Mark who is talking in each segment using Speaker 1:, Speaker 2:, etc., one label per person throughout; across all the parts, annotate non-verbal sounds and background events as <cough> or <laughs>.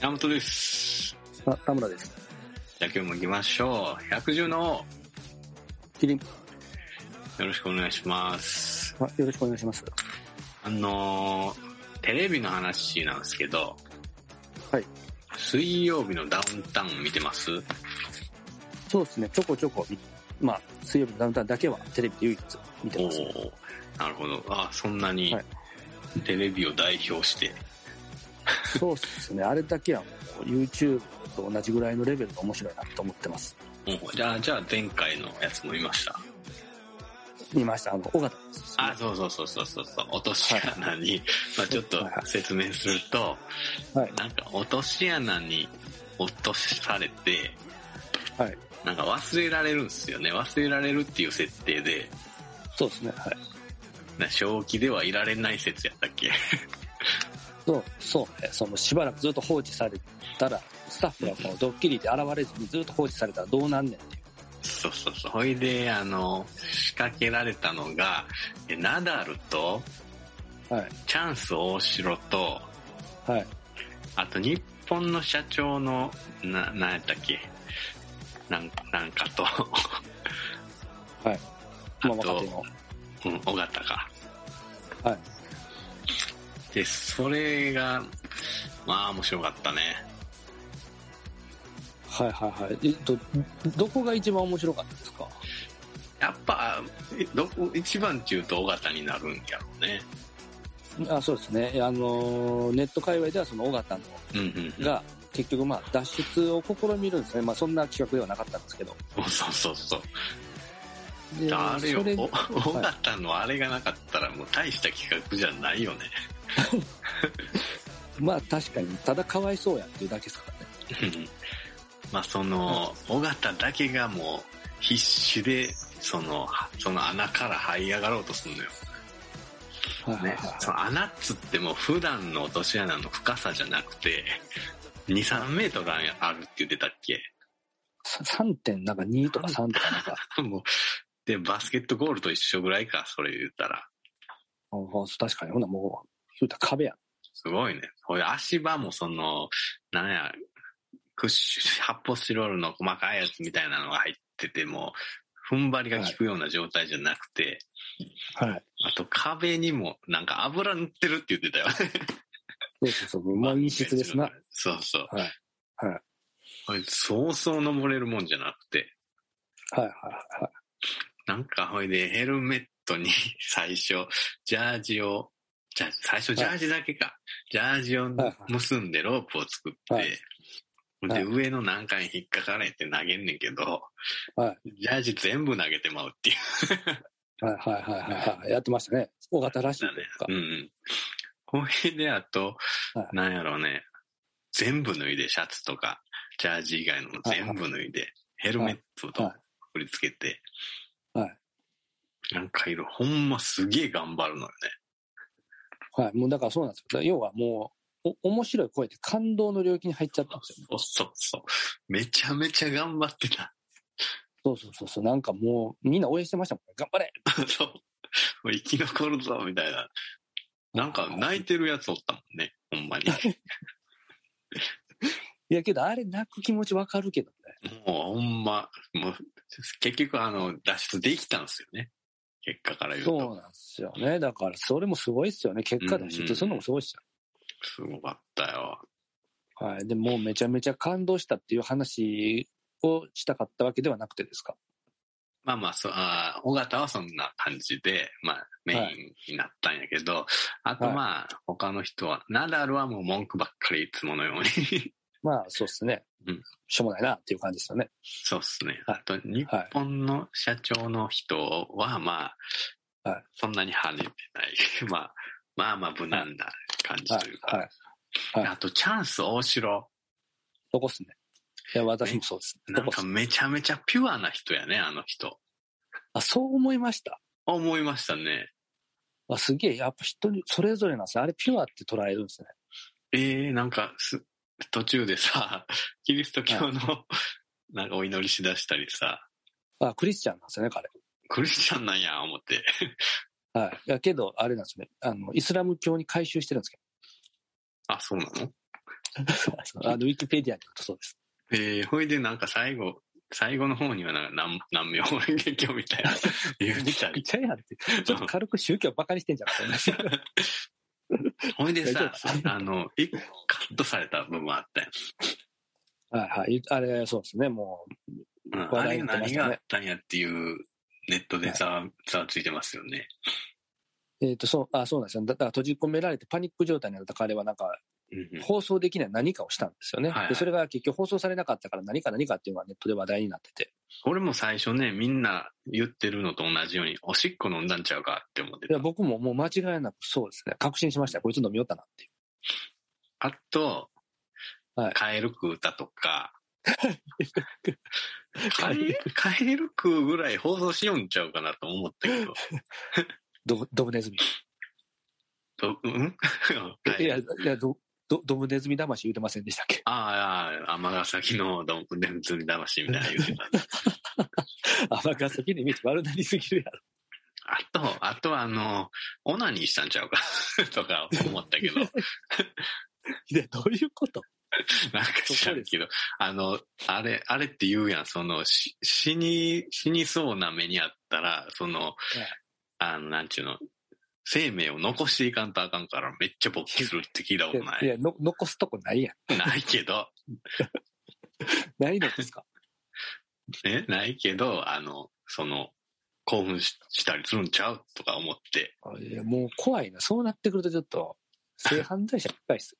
Speaker 1: 山本です。
Speaker 2: あ、田村です。
Speaker 1: じゃあ今日も行きましょう。百獣の
Speaker 2: キリン、
Speaker 1: 王よろしくお願いします。
Speaker 2: あ、よろしくお願いします。
Speaker 1: あのーテレビの話なんですけど、
Speaker 2: はい。
Speaker 1: 水曜日のダウンタウン見てます
Speaker 2: そうですね、ちょこちょこ、まあ、水曜日のダウンタウンだけはテレビで唯一見て
Speaker 1: おお
Speaker 2: ます。
Speaker 1: ーなるほど。あ、そんなに
Speaker 2: はい
Speaker 1: テレビを代表して。
Speaker 2: そうですね、あれだけはもう YouTube と同じぐらいのレベルが面白いなと思ってます。
Speaker 1: おーじゃあ、じゃあ前回のやつも見ました。
Speaker 2: 見ました、あの、尾形です。
Speaker 1: あ、そうそうそうそうそうそう。落とし穴に、まあちょっと説明すると、
Speaker 2: はい、
Speaker 1: なんか落とし穴に落とされて、
Speaker 2: はい。
Speaker 1: なんか忘れられるんですよね。忘れられるっていう設定で、
Speaker 2: そうですね、はい。
Speaker 1: な正気ではいられない説やったっけ <laughs>
Speaker 2: そう、そうね、その、しばらくずっと放置されたら、スタッフがこのドッキリで現れずにずっと放置されたらどうなんねんっていう。
Speaker 1: そうそうそう。ほいで、あの、仕掛けられたのが、えナダルと、
Speaker 2: はい、
Speaker 1: チャンス大城と、
Speaker 2: はい。
Speaker 1: あと日本の社長の、な、なんやったっけなんなんかと、 <laughs>
Speaker 2: まあ、
Speaker 1: あと
Speaker 2: 若手の。
Speaker 1: うん、尾形か。
Speaker 2: はい。
Speaker 1: で、それが、まあ面白かったね。
Speaker 2: はいはいはい。えっと、どこが一番面白かったですか
Speaker 1: やっぱ、えどこ、一番っていうと尾形になるんやろうね。
Speaker 2: あそうですね、あのネット界隈ではその尾形
Speaker 1: うんうんうん。
Speaker 2: が結局、まあ、脱出を試みるんですね、まあ、そんな企画ではなかったんですけど、
Speaker 1: そうそうそう。
Speaker 2: で
Speaker 1: あれよ、
Speaker 2: それ
Speaker 1: お尾形のあれがなかったらもう大した企画じゃないよね。
Speaker 2: まあ確かに、ただかわいそうやっていうだけですからね、
Speaker 1: うんまあその、尾形だけがもう必死で、その、その穴から這い上がろうとするのよ。
Speaker 2: はいはい
Speaker 1: ね
Speaker 2: は、
Speaker 1: その穴っつっても普段の落とし穴の深さじゃなくて、2、3メートルあるって言ってたっけ <laughs>
Speaker 2: い、3.2とか3とかなんか、
Speaker 1: もう、で、バスケットゴールと一緒ぐらいか、それ言ったら。
Speaker 2: うんうん確かに、ほなもう、言うたら壁や、
Speaker 1: すごいね。これ足場もその、なんや、クッシュ、発泡スチロールの細かいやつみたいなのが入ってても、踏ん張りが効くような状態じゃなくて、
Speaker 2: はい、
Speaker 1: あと壁にもなんか油塗ってるって言ってたよ。
Speaker 2: そうそうそう、うまい質ですな、。
Speaker 1: <laughs> そうそう。
Speaker 2: はいはい
Speaker 1: これ。そうそう登れるもんじゃなくて、
Speaker 2: はいはいはい、
Speaker 1: なんかほいでヘルメットに <laughs> 最初、ジャージを、じゃ、最初ジャージだけか。ジャージを結んでロープを作って、
Speaker 2: はいは
Speaker 1: で、
Speaker 2: い
Speaker 1: 上の何回引っかかれって投げんねんけど、
Speaker 2: は
Speaker 1: ジャージ全部投げてまうっていう
Speaker 2: はいはいはいはいはい、やってましたね、尾形らしいと
Speaker 1: だ
Speaker 2: い
Speaker 1: ね
Speaker 2: うか。
Speaker 1: う、ん。ほいで、あと、
Speaker 2: は
Speaker 1: なんやろうね、全部脱いで、シャツとか、ジャージ以外のも全部脱いで、ヘルメットと
Speaker 2: は
Speaker 1: か振り付けて、
Speaker 2: はい
Speaker 1: なんかいる、ほんますげえ頑張るのよね。
Speaker 2: はい、もうだからそうなんですよ、要はもう、お面白い声って感動の領域に入っちゃったんですよね。
Speaker 1: <laughs> そうそうそう。めちゃめちゃ頑張ってた。 <laughs>
Speaker 2: そうそうそうそう、なんかもう、みんな応援してましたもんね。頑張れ
Speaker 1: そう。もう生き残るぞ、みたいな。なんか泣いてるやつおったもんね、ほんま
Speaker 2: <laughs>
Speaker 1: に。
Speaker 2: いやけど、あれ泣く気持ちわかるけどね。
Speaker 1: もうほんま、もう、結局あの、脱出できたんですよね。結果から言うと。
Speaker 2: そうなんですよね。だから、それもすごいっすよね。結果脱出するのもすごいっすよ。
Speaker 1: すごかったよ。
Speaker 2: はい。でも、めちゃめちゃ感動したっていう話をしたかったわけではなくてですか。
Speaker 1: まあまあ、そう、あー尾形はそんな感じで、まあ、メインになったんやけど、あとまあ、他の人は、ナダルはもう文句ばっかりいつものように。
Speaker 2: まあ、そうっすね。
Speaker 1: うん
Speaker 2: しょうもないなっていう感じですよね。
Speaker 1: そうっすね。
Speaker 2: はい
Speaker 1: あと、日本の社長の人は、まあ、
Speaker 2: はい
Speaker 1: そんなに跳ねてない。 <laughs> まあ、まあまあ、無難な感じ
Speaker 2: は
Speaker 1: というか。
Speaker 2: い。はい。はい
Speaker 1: あと、チャンス大城。
Speaker 2: そこっすね。いや、私もそうです。そ
Speaker 1: なん
Speaker 2: こっ
Speaker 1: か
Speaker 2: す
Speaker 1: めちゃめちゃピュアな人やね、あの人。
Speaker 2: あ、そう思いました。
Speaker 1: 思いましたね。
Speaker 2: あすげえ、やっぱ人に、それぞれなんですね。あれ、ピュアって捉えるんですね。
Speaker 1: えー、なんかす、 <laughs> 途中でさ、キリスト教の、なんかお祈りしだしたりさ、
Speaker 2: あ、クリスチャンなんですよね、彼。
Speaker 1: クリスチャンなんや、思って。
Speaker 2: はい。いやけど、あれなんですよね。あの、イスラム教に改宗してるんですけ
Speaker 1: あ、そうなの <laughs>
Speaker 2: ど、あの、ウィキペディアによるとそうです。
Speaker 1: えー、ほいでなんか最後、最後の方にはな、なん、何名俺結み
Speaker 2: <laughs>
Speaker 1: たいな言ってた
Speaker 2: めっ
Speaker 1: り。
Speaker 2: ちゃやんって。 <laughs> ちょっと軽く宗教バカにしてんじゃんっ
Speaker 1: <laughs>
Speaker 2: て思いました。
Speaker 1: ほいで
Speaker 2: 大丈
Speaker 1: さ、あの、一個カットされた部分あったやん。
Speaker 2: はいはい。あれ、そうですね、も
Speaker 1: うん、あ
Speaker 2: 話
Speaker 1: れ
Speaker 2: 題になってま
Speaker 1: 何
Speaker 2: し
Speaker 1: が
Speaker 2: たね
Speaker 1: あったんやっていうネットでざわざわついてますよね。
Speaker 2: う。えっ、と、そう、あ、そうなんですよ。だだから閉じ込められてパニック状態になった彼はなんか、
Speaker 1: うん
Speaker 2: 放送できない何かをしたんですよね。
Speaker 1: はいはい
Speaker 2: で、それが結局放送されなかったから何か何かっていうのがネットで話題になってて。
Speaker 1: 俺も最初ね、みんな言ってるのと同じように、おしっこ飲んだんちゃうかって思って
Speaker 2: い
Speaker 1: た
Speaker 2: や、。僕ももう間違いなくそうですね。確信しました。こいつ飲みよったなっていう。
Speaker 1: あと、
Speaker 2: はい
Speaker 1: カエル食うたと
Speaker 2: <laughs>
Speaker 1: か、カエルカエル食うぐらい放送しようんちゃうかなと思ったけど、
Speaker 2: ドドブネズミ。
Speaker 1: どうん <laughs> はい
Speaker 2: いや、いやドドドブネズミ魂言うてませんでしたっ
Speaker 1: <laughs>
Speaker 2: け
Speaker 1: ああ、尼崎のドンプで普通に魂みたいな言うてた。
Speaker 2: 天が先に見て悪なりすぎるやろ。
Speaker 1: あと、あとはあの、オナニーしたんちゃうか <laughs> とか思った
Speaker 2: <laughs>
Speaker 1: けど、なん
Speaker 2: いや、どういうこと
Speaker 1: か知らんけど、あの、あれ、あれって言うやん、その、し死に、死にそうな目にあったら、その
Speaker 2: え、
Speaker 1: あの、なんちゅうの、生命を残していかんとあかんからめっちゃ勃起するって聞いたことないい。
Speaker 2: やの、残すとこないや
Speaker 1: ないけど、
Speaker 2: ん。ないのですか
Speaker 1: ね、ないけど、あの、その、興奮ししたりするんちゃうとか思って、
Speaker 2: いや、もう怖いな。そうなってくるとちょっと、性犯罪者ばっかりっす。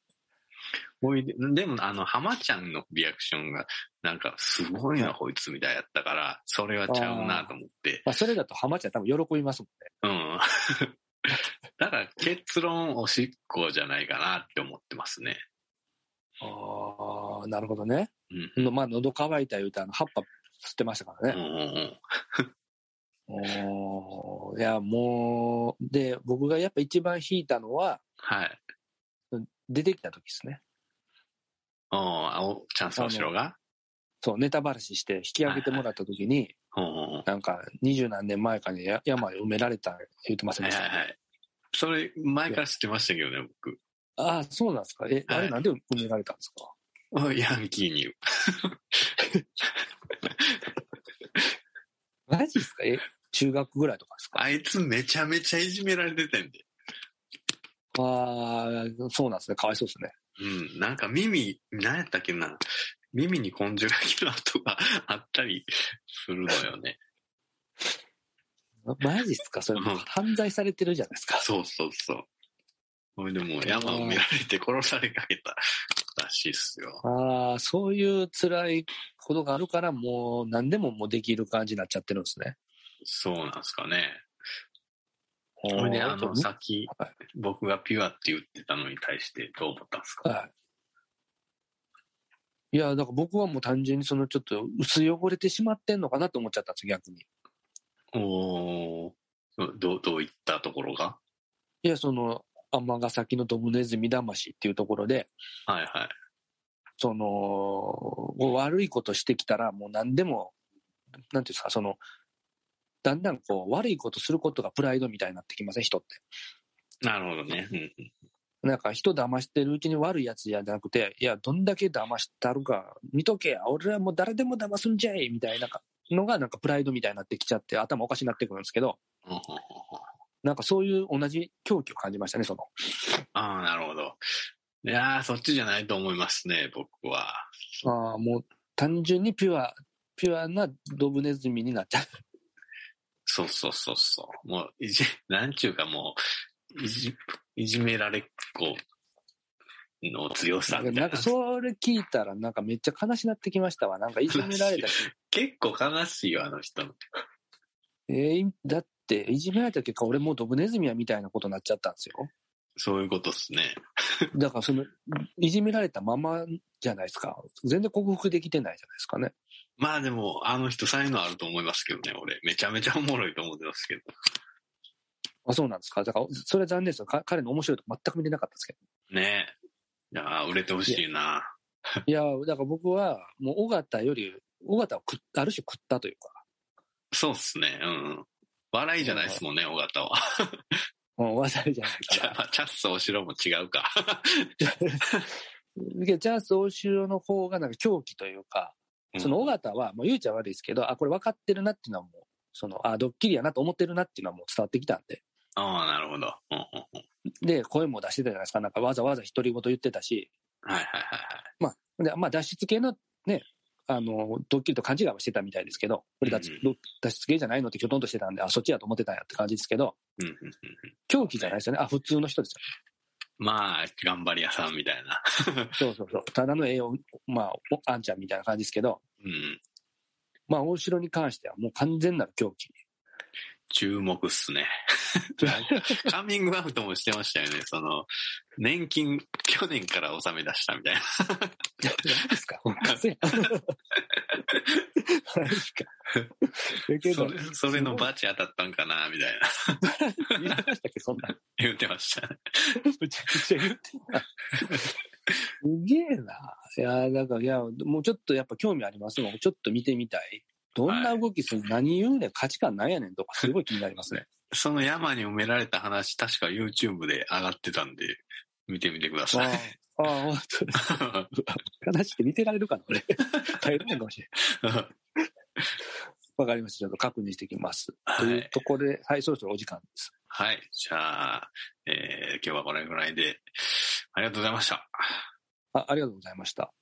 Speaker 1: ほいで、でも、あの、浜ちゃんのリアクションが、なんか、すごいな、こいつみたいやったから、それはちゃうなと思って。
Speaker 2: <laughs> まあ、それだとハマちゃん多分喜びますもん
Speaker 1: う
Speaker 2: ね。
Speaker 1: ん。 <laughs> だから、結論、おしっこじゃないかなって思ってますね。
Speaker 2: ああ、なるほどね。
Speaker 1: うん。
Speaker 2: のまあ、喉乾いた言うて、あの、葉っぱ吸ってましたから
Speaker 1: うん
Speaker 2: ね。
Speaker 1: うんうん。
Speaker 2: おーいや、もう、で、僕がやっぱ一番引いたのは、
Speaker 1: はい。
Speaker 2: 出てきた時ですね。
Speaker 1: うん、青チャンス大城が
Speaker 2: そう、ネタばらしして引き上げてもらった時に、
Speaker 1: うんうんうん。は
Speaker 2: なんか、二十何年前かにや病埋められた言うてませ
Speaker 1: いは
Speaker 2: んで
Speaker 1: い
Speaker 2: した、
Speaker 1: はい。それ、前から知ってましたけどね、僕。
Speaker 2: ああ、そうなんですか。え、あ
Speaker 1: はい
Speaker 2: れなんで埋められたんですか、
Speaker 1: ヤンキーに。
Speaker 2: マジですかえ、中学ぐらいとかですか
Speaker 1: あいつめちゃめちゃいじめられててんで。
Speaker 2: ああ、そうなんですね。かわいそうですね。
Speaker 1: うん、なんか耳、何やったっけな、耳に根性焼きの跡が <laughs> あったりするのよね。
Speaker 2: マジっすかそれ、
Speaker 1: うん
Speaker 2: 犯罪されてるじゃないですか。
Speaker 1: そうそうそう。ほいでもう山埋められて殺されかけたらしいっすよ。
Speaker 2: ああ、そういう辛いことがあるから、もう何でももうできる感じになっちゃってるんですね。
Speaker 1: そうなんすかね。ほいで、あの、さっき
Speaker 2: はい
Speaker 1: 僕がピュアって言ってたのに対してどう思ったんすか
Speaker 2: はい。いや、だから僕はもう単純にそのちょっと薄汚れてしまってんのかなと思っちゃったんですよ、逆に。
Speaker 1: おーど、どういったところが
Speaker 2: いや、その、尼崎のドブネズミ魂っていうところで、
Speaker 1: はいはい。
Speaker 2: その、もう悪いことしてきたら、もう何でも、なんていうんですか、その、だんだんこう、悪いことすることがプライドみたいになってきません、人って。
Speaker 1: なるほどね。うん
Speaker 2: なんか人騙してるうちに悪いやつじゃなくて、いや、どんだけ騙したるか、見とけや、俺はもう誰でも騙すんじゃいみたいなのが、なんかプライドみたいになってきちゃって、頭おかしになってくるんですけど、
Speaker 1: うんうんうんうん。
Speaker 2: なんかそういう同じ狂気を感じましたね、その。
Speaker 1: ああ、なるほど。いやー、そっちじゃないと思いますね、僕は。
Speaker 2: ああ、もう単純にピュア、ピュアなドブネズミになっちゃう。
Speaker 1: そうそうそうそう。もう、いじ、 <laughs> なんちゅうかもう、いじ、いじめられっ子の強さみたいな。
Speaker 2: なんかそれ聞いたら、なんかめっちゃ悲しなってきましたわ。なんかいじめられたし、
Speaker 1: 結構悲しいよ、あの人。
Speaker 2: えーだって、いじめられた結果、俺もうドブネズミやみたいなことになっちゃったんですよ。
Speaker 1: そういうことっすね。
Speaker 2: だからその、いじめられたままじゃないですか。全然克服できてないじゃないですかね。
Speaker 1: まあでも、あの人才能あると思いますけどね、俺。めちゃめちゃおもろいと思ってますけど。
Speaker 2: あそうなんですか。だから、それは残念ですよ。か彼の面白いとこ全く見てなかったですけ
Speaker 1: ねえ。いやー売れてほしいな。
Speaker 2: ど。いや、だから僕は、もう、尾形より、尾形を食っある種食ったというか、
Speaker 1: そうっすね。うんうん。笑いじゃないですもんね、尾形は。
Speaker 2: うん、わざるじゃない
Speaker 1: <laughs> チ
Speaker 2: かな。
Speaker 1: ャチャッスお城も違うか。
Speaker 2: でじゃあ、総集の方がなんか狂気というか、
Speaker 1: うん
Speaker 2: その尾形は、もう言うちゃ悪いですけど、あ、これ分かってるなっていうのはもう、その、あ、ドッキリやなと思ってるなっていうのはもう伝わってきたんで。
Speaker 1: ああ、なるほど。うんうんうん
Speaker 2: で、声も出してたじゃないですか。なんかわざわざ独り言言ってたし。
Speaker 1: はいはいはい
Speaker 2: で、まあ脱出系のね、あの、ドッキリと勘違いはしてたみたいですけど、俺脱,、
Speaker 1: うん
Speaker 2: 脱出系じゃないのってきょとんとしてたんで、あ、そっちやと思ってたんやって感じですけど、
Speaker 1: はい。うんうんうんうん
Speaker 2: 狂気じゃないですよね。あ、普通の人ですよ。
Speaker 1: まあ、頑張り屋さんみたいな。
Speaker 2: そうそうそう。ただの栄養、まあ、おあんちゃんみたいな感じですけど、
Speaker 1: うん。
Speaker 2: まあ、大城に関してはもう完全なる狂気。
Speaker 1: 注目っす
Speaker 2: <laughs>
Speaker 1: ね。カミングアウトもしてましたよね。その、年金、去年から納め出したみたいな。
Speaker 2: 何ですか本当
Speaker 1: <laughs>
Speaker 2: や。何ですか。だけ
Speaker 1: そ
Speaker 2: ど、
Speaker 1: れそれのバチ当たったんかな、みたいな。
Speaker 2: 言いましたっけ、そんな。
Speaker 1: 言ってました。
Speaker 2: むちゃくちゃ言ってた。すげえな。いや、だから、いや、もうちょっとやっぱ興味ありますもん。ちょっと見てみたい。どんな動きする、何言うねん、価値観なんやねんとか、すごい気になります
Speaker 1: <laughs>
Speaker 2: ね。
Speaker 1: その山に埋められた話、確か YouTube で上がってたんで、見てみてください。
Speaker 2: ああ、本当です。話して見てられるかな、 <laughs> 俺。大変なのかもしれない。わかりました。ちょっと確認してきます。
Speaker 1: はい
Speaker 2: というところで、はい、そろそろお時間です。
Speaker 1: <laughs> はい。じゃあ、えー今日はこれぐらいで、ありがとうございました。
Speaker 2: あありがとうございました。